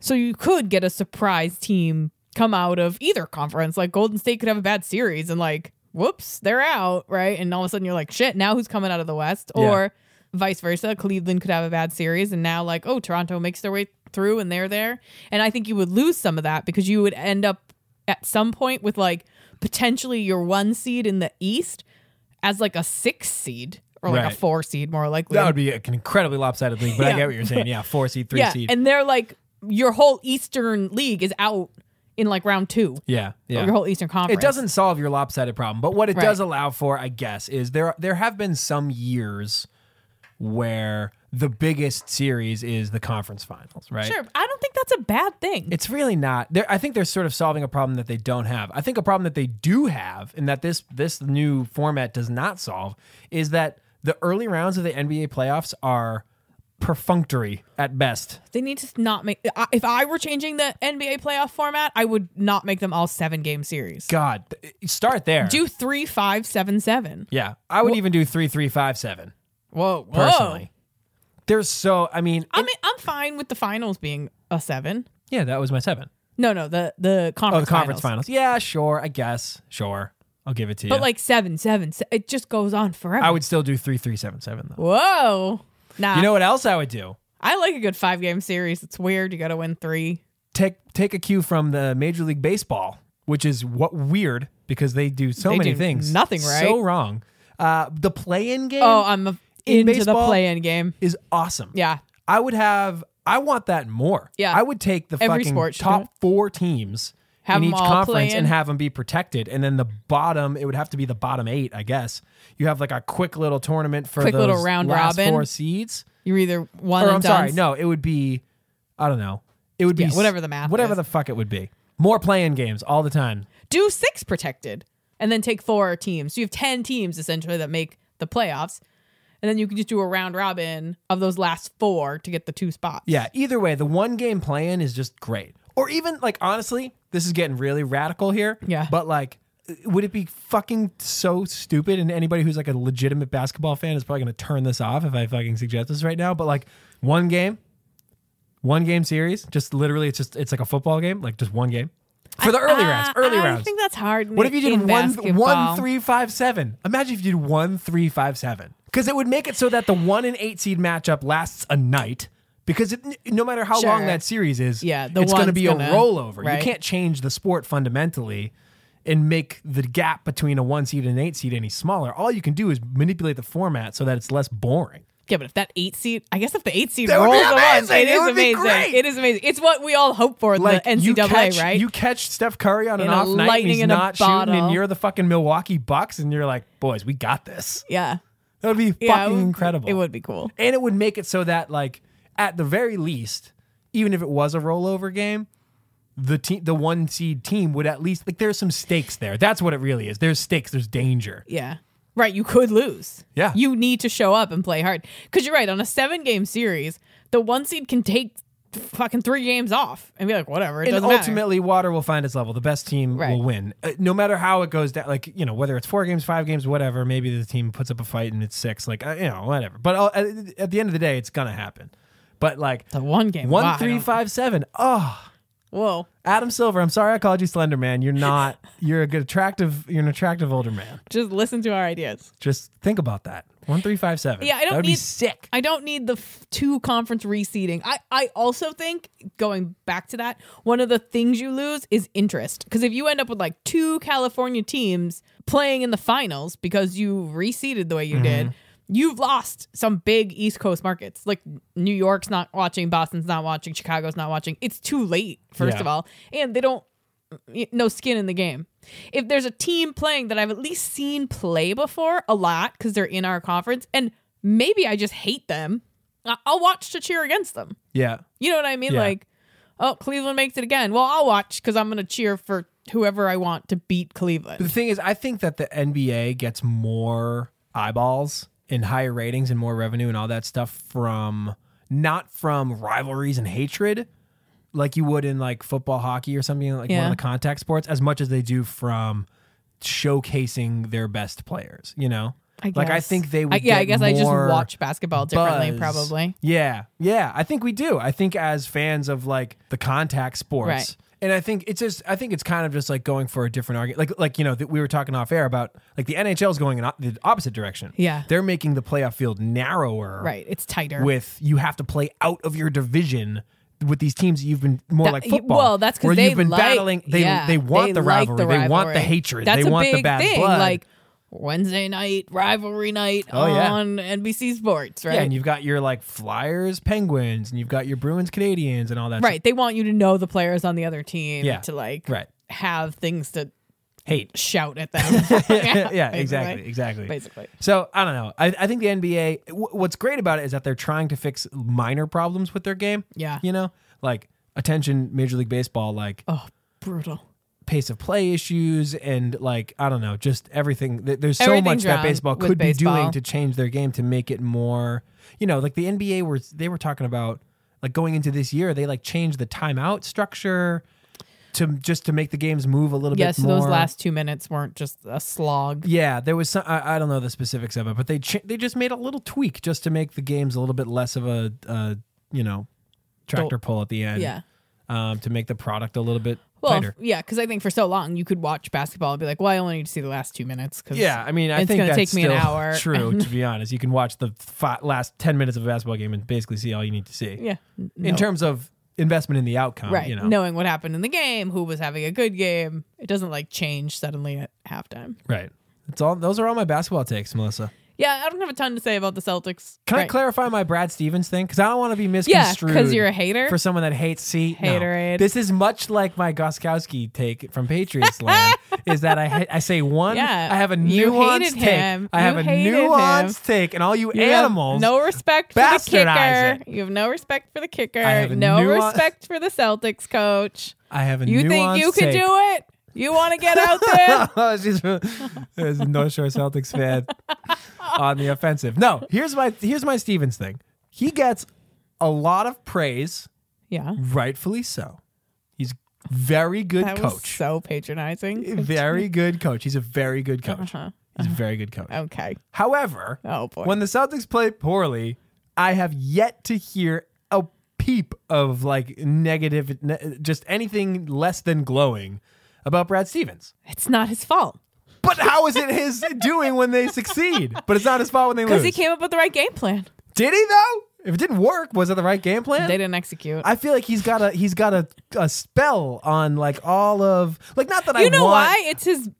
[SPEAKER 3] so you could get a surprise team come out of either conference. Like Golden State could have a bad series and like whoops they're out right, and all of a sudden you're like shit now who's coming out of the West
[SPEAKER 2] Yeah.
[SPEAKER 3] or vice versa. Cleveland could have a bad series and now like oh Toronto makes their way through and they're there, and I think you would lose some of that because you would end up at some point with like potentially your one seed in the East as like a six seed or like
[SPEAKER 2] Right.
[SPEAKER 3] a four seed more likely.
[SPEAKER 2] That would be an incredibly lopsided league, but I
[SPEAKER 3] Yeah.
[SPEAKER 2] get what you're saying. Yeah. Four seed, three
[SPEAKER 3] yeah,
[SPEAKER 2] seed.
[SPEAKER 3] and they're like your whole Eastern League is out in like round two.
[SPEAKER 2] yeah. Yeah.
[SPEAKER 3] Your whole Eastern Conference.
[SPEAKER 2] It doesn't solve your lopsided problem, but what it
[SPEAKER 3] Right.
[SPEAKER 2] does allow for, I guess, is there there have been some years where the biggest series is the conference finals, right?
[SPEAKER 3] Sure, I don't think that's a bad thing.
[SPEAKER 2] It's really not. They're, I think they're sort of solving a problem that they don't have. I think a problem that they do have, and that this this new format does not solve, is that the early rounds of the NBA playoffs are perfunctory at best.
[SPEAKER 3] they need to not make. I- If I were changing the NBA playoff format, I would not make them all seven game series.
[SPEAKER 2] God, th- start there.
[SPEAKER 3] Do three, five, seven, seven.
[SPEAKER 2] yeah, I would even do three, three, five, seven.
[SPEAKER 3] Whoa, whoa.
[SPEAKER 2] Personally, there's so. I mean,
[SPEAKER 3] I mean, I'm fine with the finals being a seven.
[SPEAKER 2] yeah, that was my seven.
[SPEAKER 3] No, no, the the
[SPEAKER 2] Oh,
[SPEAKER 3] conference.
[SPEAKER 2] the conference finals. Yeah, sure. I guess. Sure, I'll give it to you.
[SPEAKER 3] But like seven, seven, se- it just goes on forever.
[SPEAKER 2] I would still do three, three, seven, seven though.
[SPEAKER 3] Whoa. Nah.
[SPEAKER 2] You know what else I would do?
[SPEAKER 3] I like a good five game series. It's weird. You got to win three.
[SPEAKER 2] take take a cue from the Major League Baseball, which is what weird because they do so
[SPEAKER 3] They
[SPEAKER 2] many
[SPEAKER 3] do
[SPEAKER 2] things.
[SPEAKER 3] nothing
[SPEAKER 2] So
[SPEAKER 3] right.
[SPEAKER 2] wrong. Uh, the play-in game
[SPEAKER 3] Oh, I'm a,
[SPEAKER 2] In
[SPEAKER 3] into
[SPEAKER 2] baseball-
[SPEAKER 3] the play in game.
[SPEAKER 2] is awesome.
[SPEAKER 3] Yeah.
[SPEAKER 2] I would have. I want that more.
[SPEAKER 3] Yeah.
[SPEAKER 2] I would take the
[SPEAKER 3] Every
[SPEAKER 2] fucking
[SPEAKER 3] sport should do it.
[SPEAKER 2] top four teams
[SPEAKER 3] Have
[SPEAKER 2] in
[SPEAKER 3] them
[SPEAKER 2] each
[SPEAKER 3] all
[SPEAKER 2] conference
[SPEAKER 3] play-in.
[SPEAKER 2] and have them be protected, and then the bottom. It would have to be the bottom eight, I guess. You have like a quick little tournament for
[SPEAKER 3] Quick little
[SPEAKER 2] those
[SPEAKER 3] round
[SPEAKER 2] last
[SPEAKER 3] robin.
[SPEAKER 2] four seeds.
[SPEAKER 3] You're either one
[SPEAKER 2] Or
[SPEAKER 3] and
[SPEAKER 2] I'm sorry,
[SPEAKER 3] dones.
[SPEAKER 2] no, it would be. I don't know. It would
[SPEAKER 3] Yeah,
[SPEAKER 2] be s-
[SPEAKER 3] whatever the math
[SPEAKER 2] whatever
[SPEAKER 3] is.
[SPEAKER 2] the fuck it would be. More playing games all the time.
[SPEAKER 3] Do six protected and then take four teams. So you have 10 teams essentially that make the playoffs. And then you can just do a round robin of those last four to get the two spots.
[SPEAKER 2] Yeah, either way, the one game plan is just great. Or even like honestly, this is getting really radical here.
[SPEAKER 3] Yeah.
[SPEAKER 2] But like would it be fucking so stupid and anybody who's like a legitimate basketball fan is probably going to turn this off if I fucking suggest this right now, but like one game one game series, just literally it's just it's like a football game, like just one game. For the early rounds,
[SPEAKER 3] Ah,
[SPEAKER 2] early
[SPEAKER 3] I
[SPEAKER 2] rounds.
[SPEAKER 3] think that's hard.
[SPEAKER 2] What if you did
[SPEAKER 3] in
[SPEAKER 2] one, one,
[SPEAKER 3] basketball.
[SPEAKER 2] three, five, seven? Imagine if you did one, three, five, seven. Because it would make it so that the one and eight seed matchup lasts a night. Because it, no matter how
[SPEAKER 3] Sure.
[SPEAKER 2] long that series is,
[SPEAKER 3] Yeah, the
[SPEAKER 2] it's going to
[SPEAKER 3] one's
[SPEAKER 2] be
[SPEAKER 3] gonna-
[SPEAKER 2] a rollover.
[SPEAKER 3] right.
[SPEAKER 2] You can't change the sport fundamentally and make the gap between a one seed and an eight seed any smaller. All you can do is manipulate the format so that it's less boring.
[SPEAKER 3] Yeah, but if that eight seed, I guess if the eight seed
[SPEAKER 2] That would
[SPEAKER 3] rolls
[SPEAKER 2] be
[SPEAKER 3] the one,
[SPEAKER 2] amazing.
[SPEAKER 3] it
[SPEAKER 2] It
[SPEAKER 3] is
[SPEAKER 2] would be
[SPEAKER 3] amazing.
[SPEAKER 2] great.
[SPEAKER 3] It is amazing. It's what we all hope for in
[SPEAKER 2] Like
[SPEAKER 3] the NCAA,
[SPEAKER 2] you catch,
[SPEAKER 3] right?
[SPEAKER 2] You catch Steph Curry on an
[SPEAKER 3] In a
[SPEAKER 2] off night, and
[SPEAKER 3] lightning
[SPEAKER 2] he's
[SPEAKER 3] in a
[SPEAKER 2] not shooting,
[SPEAKER 3] bottle.
[SPEAKER 2] and you're the fucking Milwaukee Bucks, and you're like, boys, we got this.
[SPEAKER 3] yeah,
[SPEAKER 2] That would be
[SPEAKER 3] yeah, it
[SPEAKER 2] fucking
[SPEAKER 3] would-
[SPEAKER 2] incredible.
[SPEAKER 3] It would be cool.
[SPEAKER 2] and it would make it so that like at the very least even if it was a rollover game the team the one seed team would at least like there's some stakes there that's what it really is there's stakes there's danger
[SPEAKER 3] Yeah. Right, you could lose.
[SPEAKER 2] Yeah.
[SPEAKER 3] You need to show up and play hard. Because you're right, on a seven game series, the one seed can take fucking three games off and be like, whatever. It
[SPEAKER 2] and
[SPEAKER 3] doesn't matter.
[SPEAKER 2] ultimately water will find its level the best team
[SPEAKER 3] Right.
[SPEAKER 2] will win Uh, no matter how it goes down like you know whether it's four games five games whatever maybe the team puts up a fight and it's six like uh, you know whatever but uh, at- at the end of the day it's gonna happen but like
[SPEAKER 3] It's a one game.
[SPEAKER 2] one
[SPEAKER 3] wow, I
[SPEAKER 2] three
[SPEAKER 3] don't-
[SPEAKER 2] five seven oh
[SPEAKER 3] Whoa.
[SPEAKER 2] Adam Silver, I'm sorry I called you Slender Man. You're not. You're a good attractive. You're an attractive older man.
[SPEAKER 3] Just listen to our ideas.
[SPEAKER 2] Just think about that. One three five seven.
[SPEAKER 3] Yeah, I don't
[SPEAKER 2] That would be
[SPEAKER 3] need-
[SPEAKER 2] sick.
[SPEAKER 3] I don't need the f- two conference reseeding. I, I also think, going back to that, one of the things you lose is interest. Because if you end up with like two California teams playing in the finals because you reseeded the way you did,
[SPEAKER 2] Mm-hmm.
[SPEAKER 3] you've lost some big East Coast markets. Like New York's not watching, Boston's not watching, Chicago's not watching. It's too late, first
[SPEAKER 2] Yeah.
[SPEAKER 3] of all. And they don't y- no skin in the game. If there's a team playing that I've at least seen play before a lot because they're in our conference, and maybe I just hate them, I- I'll watch to cheer against them.
[SPEAKER 2] Yeah,
[SPEAKER 3] You know what I mean?
[SPEAKER 2] Yeah.
[SPEAKER 3] Like, oh, Cleveland makes it again. Well, I'll watch because I'm going to cheer for whoever I want to beat
[SPEAKER 2] the
[SPEAKER 3] Cleveland.
[SPEAKER 2] thing is, I think that the NBA gets more eyeballs and higher ratings and more revenue and all that stuff from not from rivalries and hatred, like you would in like football, hockey, or something like one
[SPEAKER 3] Yeah.
[SPEAKER 2] of the contact sports, as much as they do from showcasing their best players. You know, like I
[SPEAKER 3] guess.
[SPEAKER 2] think they would.
[SPEAKER 3] I, yeah, I
[SPEAKER 2] get
[SPEAKER 3] guess I just
[SPEAKER 2] more
[SPEAKER 3] watch basketball differently,
[SPEAKER 2] buzz.
[SPEAKER 3] probably.
[SPEAKER 2] Yeah, yeah. I think we do. I think as fans of like the contact sports,
[SPEAKER 3] Right.
[SPEAKER 2] and I think it's just I think it's kind of just like going for a different argument. Like like you know that we were talking off air about like the NHL is going in o- the opposite direction.
[SPEAKER 3] Yeah.
[SPEAKER 2] they're making the playoff field narrower.
[SPEAKER 3] Right, it's tighter.
[SPEAKER 2] With you have to play out of your division. With these teams, that you've been more
[SPEAKER 3] That-
[SPEAKER 2] like
[SPEAKER 3] y-
[SPEAKER 2] football.
[SPEAKER 3] well, that's 'cause
[SPEAKER 2] where
[SPEAKER 3] they
[SPEAKER 2] you've been
[SPEAKER 3] like-
[SPEAKER 2] battling. They
[SPEAKER 3] yeah,
[SPEAKER 2] they want
[SPEAKER 3] they
[SPEAKER 2] the
[SPEAKER 3] like
[SPEAKER 2] rivalry. They want the
[SPEAKER 3] rivalry.
[SPEAKER 2] hatred.
[SPEAKER 3] That's
[SPEAKER 2] they
[SPEAKER 3] a
[SPEAKER 2] want
[SPEAKER 3] big
[SPEAKER 2] the bad
[SPEAKER 3] thing.
[SPEAKER 2] blood.
[SPEAKER 3] Like Wednesday night rivalry night
[SPEAKER 2] Oh, yeah.
[SPEAKER 3] on NBC Sports, right?
[SPEAKER 2] yeah, and you've got your like Flyers, Penguins, and you've got your Bruins, Canadians, and all that.
[SPEAKER 3] right. They want you to know the players on the other team
[SPEAKER 2] Yeah.
[SPEAKER 3] to like
[SPEAKER 2] Right.
[SPEAKER 3] have things to
[SPEAKER 2] hate.
[SPEAKER 3] shout at them.
[SPEAKER 2] yeah,
[SPEAKER 3] basically.
[SPEAKER 2] exactly, exactly.
[SPEAKER 3] Basically.
[SPEAKER 2] So I don't know. I, I think the NBA. W- what's great about it is that they're trying to fix minor problems with their game.
[SPEAKER 3] Yeah.
[SPEAKER 2] you know, like attention, Major League Baseball, like
[SPEAKER 3] Oh, brutal.
[SPEAKER 2] pace of play issues, and like I don't know, just everything. Th- There's so much
[SPEAKER 3] Everything's
[SPEAKER 2] that
[SPEAKER 3] wrong
[SPEAKER 2] baseball
[SPEAKER 3] with
[SPEAKER 2] could be
[SPEAKER 3] baseball.
[SPEAKER 2] doing to change their game to make it more. You know, like the NBA were they were talking about like going into this year, they like changed the timeout structure to just to make the games move a little
[SPEAKER 3] Yeah,
[SPEAKER 2] bit
[SPEAKER 3] so
[SPEAKER 2] more.
[SPEAKER 3] those last two minutes weren't just a slog.
[SPEAKER 2] Yeah, there was some. I, I don't know the specifics of it, but they ch- they just made a little tweak just to make the games a little bit less of a, uh you know tractor pull at the end.
[SPEAKER 3] Yeah.
[SPEAKER 2] Um, to make the product a little bit
[SPEAKER 3] Well,
[SPEAKER 2] tighter.
[SPEAKER 3] yeah, because I think for so long you could watch basketball and be like, "Well, I only need to see the last two minutes." Cause
[SPEAKER 2] Yeah, I mean, I
[SPEAKER 3] it's
[SPEAKER 2] think
[SPEAKER 3] gonna
[SPEAKER 2] that's
[SPEAKER 3] take me an
[SPEAKER 2] still
[SPEAKER 3] hour.
[SPEAKER 2] True, to be honest, you can watch the fi- last ten minutes of a basketball game and basically see all you need to see.
[SPEAKER 3] yeah,
[SPEAKER 2] In terms of investment in the outcome,
[SPEAKER 3] right
[SPEAKER 2] um, You know,
[SPEAKER 3] knowing what happened in the game who was having a good game it doesn't like change suddenly at halftime
[SPEAKER 2] right. It's all. Those are all my basketball takes, Melissa.
[SPEAKER 3] yeah i don't have a ton to say about the celtics
[SPEAKER 2] Can I
[SPEAKER 3] Right.
[SPEAKER 2] clarify my Brad Stevens thing? Because I don't want to be
[SPEAKER 3] yeah
[SPEAKER 2] misconstrued.
[SPEAKER 3] because you're a hater
[SPEAKER 2] for someone that hates see no.
[SPEAKER 3] Haterade.
[SPEAKER 2] This is much like my Goskowski take from Patriots land is that I ha- I say one
[SPEAKER 3] Yeah.
[SPEAKER 2] I have a
[SPEAKER 3] You
[SPEAKER 2] nuanced
[SPEAKER 3] hated
[SPEAKER 2] take.
[SPEAKER 3] him.
[SPEAKER 2] I
[SPEAKER 3] You
[SPEAKER 2] have a
[SPEAKER 3] hated
[SPEAKER 2] nuanced
[SPEAKER 3] him.
[SPEAKER 2] take and all you,
[SPEAKER 3] You have
[SPEAKER 2] animals
[SPEAKER 3] no respect for the
[SPEAKER 2] bastardize
[SPEAKER 3] kicker
[SPEAKER 2] it.
[SPEAKER 3] you have no respect for the kicker
[SPEAKER 2] have a
[SPEAKER 3] no
[SPEAKER 2] nuan-
[SPEAKER 3] respect for the celtics coach
[SPEAKER 2] I have a
[SPEAKER 3] you think
[SPEAKER 2] nuanced
[SPEAKER 3] you could
[SPEAKER 2] take. Oh,
[SPEAKER 3] do it you want to get out there
[SPEAKER 2] She's from- is a North Shore Celtics fan on the offensive. No, here's my here's my Stevens thing. He gets a lot of praise,
[SPEAKER 3] yeah
[SPEAKER 2] rightfully so. He's very good
[SPEAKER 3] that was
[SPEAKER 2] coach.
[SPEAKER 3] so patronizing
[SPEAKER 2] very good coach. He's a very good coach.
[SPEAKER 3] Uh-huh.
[SPEAKER 2] He's a very good coach.
[SPEAKER 3] okay
[SPEAKER 2] However,
[SPEAKER 3] oh boy
[SPEAKER 2] when the Celtics play poorly, I have yet to hear a peep of like negative, ne- just anything less than glowing about Brad Stevens.
[SPEAKER 3] it's not his fault
[SPEAKER 2] But how is it his doing when they succeed? But it's not his fault when they lose.
[SPEAKER 3] because he came up with the right game plan
[SPEAKER 2] Did he though? If it didn't work, was it the right game plan?
[SPEAKER 3] they didn't execute
[SPEAKER 2] I feel like he's got a he's got a, a spell on like all of like not that I
[SPEAKER 3] You know
[SPEAKER 2] want-
[SPEAKER 3] why? It's his.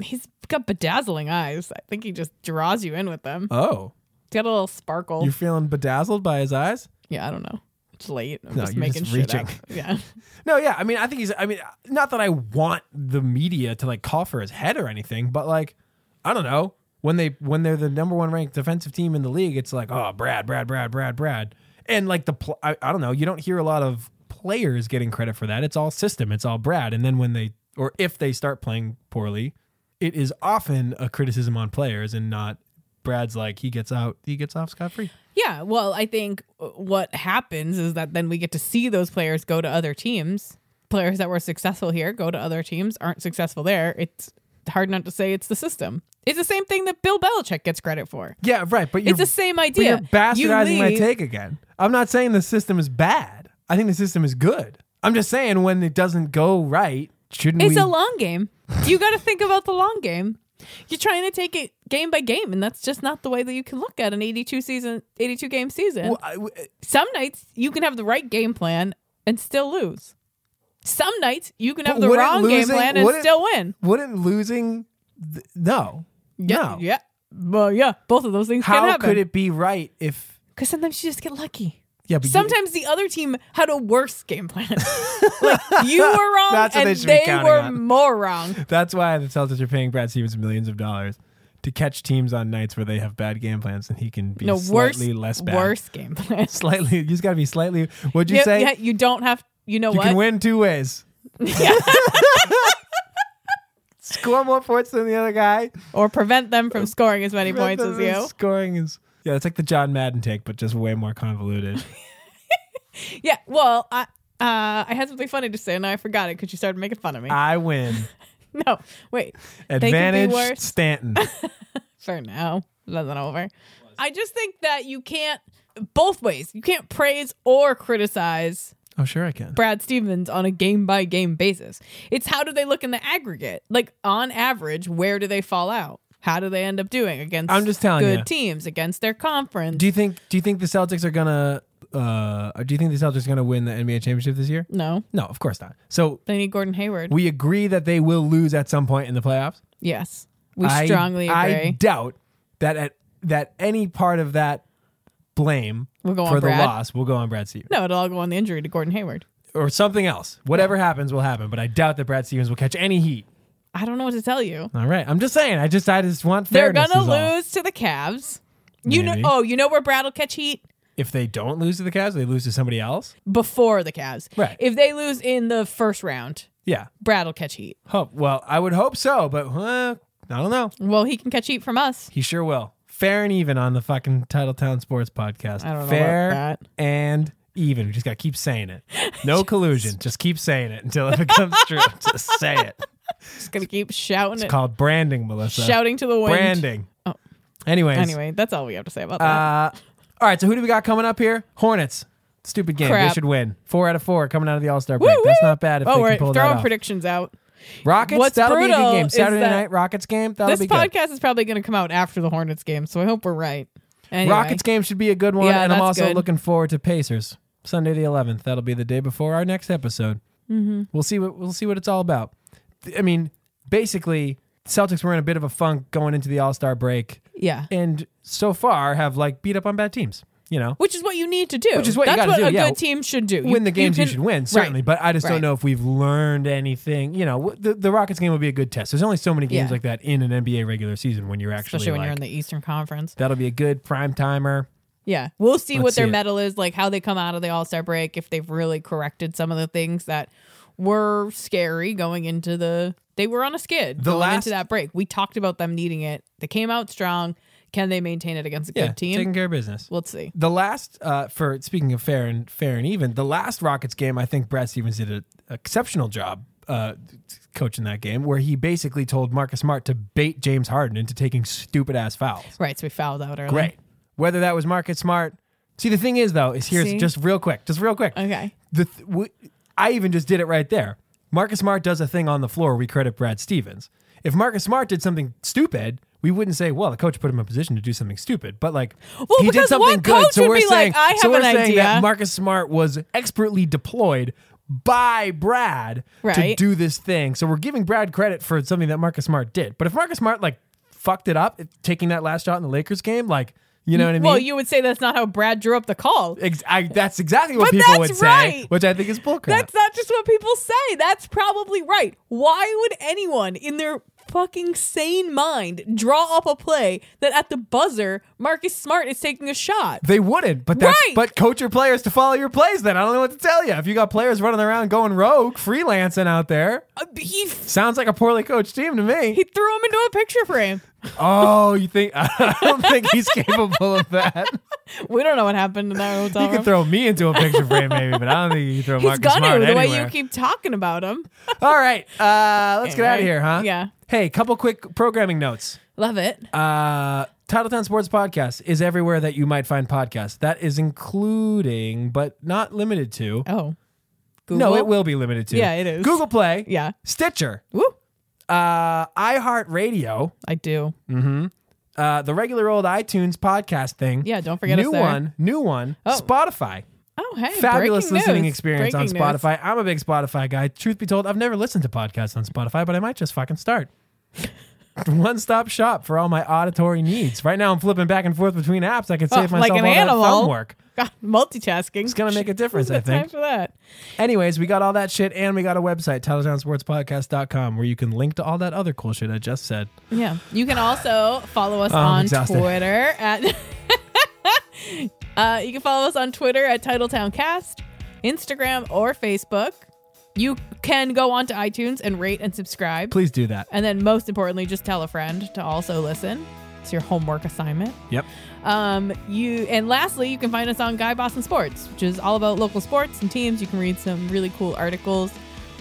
[SPEAKER 3] He's got bedazzling eyes. I think he just draws you in with them.
[SPEAKER 2] Oh,
[SPEAKER 3] got a little sparkle.
[SPEAKER 2] You're feeling bedazzled by his eyes?
[SPEAKER 3] yeah, I don't know. It's late. I'm
[SPEAKER 2] No,
[SPEAKER 3] just
[SPEAKER 2] you're just
[SPEAKER 3] making shit
[SPEAKER 2] reaching.
[SPEAKER 3] up. Yeah.
[SPEAKER 2] No, yeah. I mean, I think he's. I mean, not that I want the media to like call for his head or anything, but like, I don't know when they when they're the number one ranked defensive team in the league, it's like, oh, Brad, Brad, Brad, Brad, Brad, and like the pl- I, I don't know. You don't hear a lot of players getting credit for that. It's all system. It's all Brad. And then when they or if they start playing poorly, it is often a criticism on players and not Brad's. Like he gets out, he gets off scot free.
[SPEAKER 3] Yeah, well, I think uh, what happens is that then we get to see those players go to other teams. Players that were successful here go to other teams, aren't successful there. It's hard not to say it's the system. It's the same thing that Bill Belichick gets credit for.
[SPEAKER 2] Yeah, right. But you're,
[SPEAKER 3] It's the same
[SPEAKER 2] But
[SPEAKER 3] idea.
[SPEAKER 2] you're bastardizing
[SPEAKER 3] You
[SPEAKER 2] my
[SPEAKER 3] leave-
[SPEAKER 2] take again. I'm not saying the system is bad. I think the system is good. I'm just saying when it doesn't go right, shouldn't
[SPEAKER 3] It's
[SPEAKER 2] we?
[SPEAKER 3] a long game. You got to think about the long game. You're trying to take it game by game, and that's just not the way that you can look at an 82 season, 82 game season.
[SPEAKER 2] Well, I- w- uh,
[SPEAKER 3] Some nights you can have the right game plan and still lose. Some nights you can have
[SPEAKER 2] But
[SPEAKER 3] the
[SPEAKER 2] wouldn't
[SPEAKER 3] wrong game
[SPEAKER 2] losing-
[SPEAKER 3] plan and
[SPEAKER 2] wouldn't-
[SPEAKER 3] still win.
[SPEAKER 2] wouldn't losing? Th- no,
[SPEAKER 3] Yeah,
[SPEAKER 2] no.
[SPEAKER 3] yeah. Well, yeah. Both of those things can
[SPEAKER 2] How
[SPEAKER 3] happen.
[SPEAKER 2] could it be right if?
[SPEAKER 3] Because sometimes you just get lucky.
[SPEAKER 2] Yeah, but you-
[SPEAKER 3] Sometimes the other team had a worse game plan. like you were wrong
[SPEAKER 2] That's what
[SPEAKER 3] and
[SPEAKER 2] they should be
[SPEAKER 3] they,
[SPEAKER 2] counting
[SPEAKER 3] were
[SPEAKER 2] on.
[SPEAKER 3] more wrong.
[SPEAKER 2] that's why the Celtics are paying Brad Stevens millions of dollars to catch teams on nights where they have bad game plans, and he can be
[SPEAKER 3] No, worse,
[SPEAKER 2] slightly less bad.
[SPEAKER 3] worse game plan.
[SPEAKER 2] Slightly, you just got to be slightly. What'd you
[SPEAKER 3] Yeah,
[SPEAKER 2] say?
[SPEAKER 3] yeah, you don't have. You know
[SPEAKER 2] you
[SPEAKER 3] what?
[SPEAKER 2] can win two ways.
[SPEAKER 3] Yeah.
[SPEAKER 2] Score more points than the other guy.
[SPEAKER 3] or prevent them from scoring as many
[SPEAKER 2] Prevent
[SPEAKER 3] points as
[SPEAKER 2] them from
[SPEAKER 3] you.
[SPEAKER 2] Scoring is yeah, it's like the John Madden take, but just way more convoluted.
[SPEAKER 3] Yeah. Well, I uh, I had something funny to say and I forgot it because you started making fun of me.
[SPEAKER 2] I win.
[SPEAKER 3] no, wait. They could be
[SPEAKER 2] Ah. Advantage
[SPEAKER 3] worse.
[SPEAKER 2] Stanton.
[SPEAKER 3] For now, nothing over. I just think that you can't both ways. You can't praise or criticize
[SPEAKER 2] Oh sure I can.
[SPEAKER 3] Brad Stevens on a game by game basis. It's how do they look in the aggregate? Like on average, where do they fall out? How do they end up doing against
[SPEAKER 2] I'm just telling
[SPEAKER 3] good
[SPEAKER 2] you.
[SPEAKER 3] teams against their conference?
[SPEAKER 2] Do you think do you think the Celtics are gonna uh do you think the Celtics are gonna win the NBA championship this year?
[SPEAKER 3] no,
[SPEAKER 2] No, of course not. So
[SPEAKER 3] they need Gordon Hayward.
[SPEAKER 2] we agree that they will lose at some point in the playoffs.
[SPEAKER 3] yes, we
[SPEAKER 2] I-
[SPEAKER 3] strongly agree.
[SPEAKER 2] I doubt that at that any part of that blame
[SPEAKER 3] We'll go on
[SPEAKER 2] for the
[SPEAKER 3] Brad.
[SPEAKER 2] loss will go on Brad Stevens.
[SPEAKER 3] no, it'll all go on the injury to Gordon Hayward.
[SPEAKER 2] Or something else. Whatever happens will happen, but I doubt that Brad Stevens will catch any heat.
[SPEAKER 3] I don't know what to tell you.
[SPEAKER 2] All right. I'm just saying. I just I just want
[SPEAKER 3] They're
[SPEAKER 2] fairness
[SPEAKER 3] gonna
[SPEAKER 2] is all.
[SPEAKER 3] lose to the Cavs. You
[SPEAKER 2] Maybe.
[SPEAKER 3] know, oh, you know where Brad will catch heat
[SPEAKER 2] If they don't lose to the Cavs, they lose to somebody else.
[SPEAKER 3] before the Cavs.
[SPEAKER 2] Right.
[SPEAKER 3] If they lose in the first round,
[SPEAKER 2] Yeah.
[SPEAKER 3] Brad will catch heat.
[SPEAKER 2] Hope. Well, I would hope so, but uh, I don't know.
[SPEAKER 3] Well, he can catch heat from us.
[SPEAKER 2] He sure will. Fair and even on the fucking Titletown Sports podcast.
[SPEAKER 3] I don't know about
[SPEAKER 2] Fair
[SPEAKER 3] that.
[SPEAKER 2] and even. We just got to keep saying it. No collusion. Just keep saying it until it becomes true. Just say it.
[SPEAKER 3] Just gonna keep shouting it,
[SPEAKER 2] It's called branding, Melissa.
[SPEAKER 3] shouting to the wind.
[SPEAKER 2] branding.
[SPEAKER 3] Oh.
[SPEAKER 2] Anyways.
[SPEAKER 3] Anyway, that's all we have to say about that.
[SPEAKER 2] Uh, all right, so who do we got coming up here? Hornets. Stupid game. They
[SPEAKER 3] Crap.
[SPEAKER 2] should win. Four out of four coming out of the All Star break. That's
[SPEAKER 3] woo.
[SPEAKER 2] not bad if
[SPEAKER 3] oh,
[SPEAKER 2] they
[SPEAKER 3] we're
[SPEAKER 2] can pull that
[SPEAKER 3] throwing
[SPEAKER 2] off.
[SPEAKER 3] predictions out.
[SPEAKER 2] Rockets.
[SPEAKER 3] What's
[SPEAKER 2] that'll be a good
[SPEAKER 3] brutal
[SPEAKER 2] game.
[SPEAKER 3] is
[SPEAKER 2] Saturday
[SPEAKER 3] that
[SPEAKER 2] night Rockets game. That'll
[SPEAKER 3] This
[SPEAKER 2] be good.
[SPEAKER 3] podcast is probably gonna come out after the Hornets game, so I hope we're right. Anyway,
[SPEAKER 2] Rockets game should be a good one,
[SPEAKER 3] Yeah,
[SPEAKER 2] and I'm
[SPEAKER 3] that's
[SPEAKER 2] also
[SPEAKER 3] good.
[SPEAKER 2] looking forward to Pacers Sunday the 11th. That'll be the day before our next episode. Mm-hmm. We'll see what we'll see what it's all about. Th- I mean, basically, Celtics were in a bit of a funk going into the All Star break,
[SPEAKER 3] yeah,
[SPEAKER 2] and so far have like beat up on bad teams. You know,
[SPEAKER 3] which is what you need to do.
[SPEAKER 2] Which is what you
[SPEAKER 3] that's
[SPEAKER 2] gotta
[SPEAKER 3] what
[SPEAKER 2] do,
[SPEAKER 3] a
[SPEAKER 2] yeah.
[SPEAKER 3] good team should do.
[SPEAKER 2] win the games you,
[SPEAKER 3] can-
[SPEAKER 2] should win
[SPEAKER 3] Right.
[SPEAKER 2] certainly but i just don't
[SPEAKER 3] right.
[SPEAKER 2] know if we've learned anything you know w- the, the rockets game will be a good test there's only so many games
[SPEAKER 3] Yeah.
[SPEAKER 2] like that in an nba regular season when you're actually
[SPEAKER 3] especially when
[SPEAKER 2] like,
[SPEAKER 3] you're in the Eastern Conference.
[SPEAKER 2] that'll be a good prime timer
[SPEAKER 3] Yeah, we'll see what
[SPEAKER 2] Let's
[SPEAKER 3] their
[SPEAKER 2] see it.
[SPEAKER 3] medal is, like how they come out of the All Star break, if they've really corrected some of the things that were scary going into the. They were on a skid
[SPEAKER 2] The
[SPEAKER 3] going
[SPEAKER 2] last-
[SPEAKER 3] into that break. We talked about them needing it. They came out strong. Can they maintain it against a
[SPEAKER 2] yeah
[SPEAKER 3] good team?
[SPEAKER 2] taking care of business
[SPEAKER 3] Let's see.
[SPEAKER 2] the last uh, for speaking of fair and fair and even the last rockets game i think brad stevens did an exceptional job uh, coaching that game where he basically told marcus smart to bait james harden into taking stupid ass fouls
[SPEAKER 3] Right, so we fouled out early.
[SPEAKER 2] great whether that was marcus smart see the thing is though is here's
[SPEAKER 3] See?
[SPEAKER 2] just real quick just real quick
[SPEAKER 3] Okay.
[SPEAKER 2] the th- w- I even just did it right there. Marcus Smart does a thing on the floor. We credit Brad Stevens. If Marcus Smart did something stupid, we wouldn't say, "Well, the coach put him in a position to do something stupid." But like,
[SPEAKER 3] Well,
[SPEAKER 2] he did
[SPEAKER 3] because
[SPEAKER 2] something
[SPEAKER 3] one
[SPEAKER 2] good,
[SPEAKER 3] coach
[SPEAKER 2] so
[SPEAKER 3] would
[SPEAKER 2] we're
[SPEAKER 3] be
[SPEAKER 2] saying,
[SPEAKER 3] like, "I
[SPEAKER 2] so
[SPEAKER 3] have
[SPEAKER 2] we're
[SPEAKER 3] an
[SPEAKER 2] saying that
[SPEAKER 3] idea."
[SPEAKER 2] Marcus Smart was expertly deployed by Brad to
[SPEAKER 3] Right.
[SPEAKER 2] do this thing. So we're giving Brad credit for something that Marcus Smart did. But if Marcus Smart like fucked it up, taking that last shot in the Lakers game, like You know what I mean?
[SPEAKER 3] Well, you would say that's not how Brad drew up the call.
[SPEAKER 2] Ex- I, that's exactly what
[SPEAKER 3] But
[SPEAKER 2] people
[SPEAKER 3] that's
[SPEAKER 2] would say,
[SPEAKER 3] right.
[SPEAKER 2] which I think is bullcrap.
[SPEAKER 3] That's not just what people say. That's probably right. Why would anyone in their fucking sane mind draw up a play that at the buzzer Marcus Smart is taking a shot?
[SPEAKER 2] They wouldn't, but that's,
[SPEAKER 3] Right.
[SPEAKER 2] but coach your players to follow your plays. Then I don't know what to tell you. If you got players running around going rogue, freelancing out there,
[SPEAKER 3] Uh, He
[SPEAKER 2] sounds like a poorly coached team to me.
[SPEAKER 3] he threw him into a picture frame.
[SPEAKER 2] oh, you think? I don't think he's capable of that.
[SPEAKER 3] We don't know what happened in that hotel
[SPEAKER 2] He
[SPEAKER 3] room.
[SPEAKER 2] could throw me into a picture frame, maybe, but I don't think he can throw
[SPEAKER 3] Uh-huh. He's
[SPEAKER 2] Marcus
[SPEAKER 3] gonna
[SPEAKER 2] Smart
[SPEAKER 3] the
[SPEAKER 2] anywhere.
[SPEAKER 3] way you keep talking about him.
[SPEAKER 2] All right, uh, let's get out
[SPEAKER 3] right?
[SPEAKER 2] of here, huh?
[SPEAKER 3] Yeah.
[SPEAKER 2] Hey, couple quick programming notes.
[SPEAKER 3] Love it.
[SPEAKER 2] Uh, Titletown Sports Podcast is everywhere that you might find podcasts. That is including, but not limited to.
[SPEAKER 3] oh, Google.
[SPEAKER 2] No, it will be limited to.
[SPEAKER 3] Yeah, it is.
[SPEAKER 2] Google Play.
[SPEAKER 3] Yeah.
[SPEAKER 2] Stitcher,
[SPEAKER 3] Woo,
[SPEAKER 2] uh, iHeartRadio,
[SPEAKER 3] I do.
[SPEAKER 2] uh, the regular old iTunes podcast thing.
[SPEAKER 3] Yeah, don't forget
[SPEAKER 2] new
[SPEAKER 3] us there.
[SPEAKER 2] one, new one.
[SPEAKER 3] Oh.
[SPEAKER 2] Spotify,
[SPEAKER 3] Oh, hey,
[SPEAKER 2] fabulous
[SPEAKER 3] breaking
[SPEAKER 2] listening
[SPEAKER 3] news.
[SPEAKER 2] experience
[SPEAKER 3] Breaking
[SPEAKER 2] on
[SPEAKER 3] news.
[SPEAKER 2] Spotify. I'm a big Spotify guy. Truth be told, I've never listened to podcasts on Spotify, but I might just fucking start. one stop shop for all my auditory needs. Right now, I'm flipping back and forth between apps. I can save
[SPEAKER 3] Oh,
[SPEAKER 2] myself
[SPEAKER 3] like
[SPEAKER 2] all
[SPEAKER 3] an animal.
[SPEAKER 2] that thumb work.
[SPEAKER 3] God, multitasking. It's
[SPEAKER 2] gonna make a difference, I
[SPEAKER 3] Time
[SPEAKER 2] think.
[SPEAKER 3] for that.
[SPEAKER 2] Anyways, we got all that shit, and we got a website, TitletownSportsPodcast.com, where you can link to all that other cool shit I just said.
[SPEAKER 3] Yeah. You can also follow us on
[SPEAKER 2] Oh, exhausted.
[SPEAKER 3] Twitter at uh, you can follow us on Twitter at TitletownCast, Instagram or Facebook. You can go on to iTunes and rate and subscribe.
[SPEAKER 2] Please do that.
[SPEAKER 3] And then most importantly, just tell a friend to also listen. It's your homework assignment.
[SPEAKER 2] Yep.
[SPEAKER 3] Um, you and lastly, you can find us on Guy Boston Sports, which is all about local sports and teams. You can read some really cool articles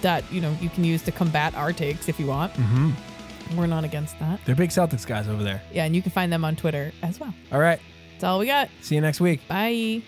[SPEAKER 3] that you know you can use to combat our takes if you want. Mm-hmm. We're not against that.
[SPEAKER 2] They're big Celtics guys over there.
[SPEAKER 3] Yeah, and you can find them on Twitter as well.
[SPEAKER 2] All right.
[SPEAKER 3] That's all we got.
[SPEAKER 2] See you next week.
[SPEAKER 3] Bye.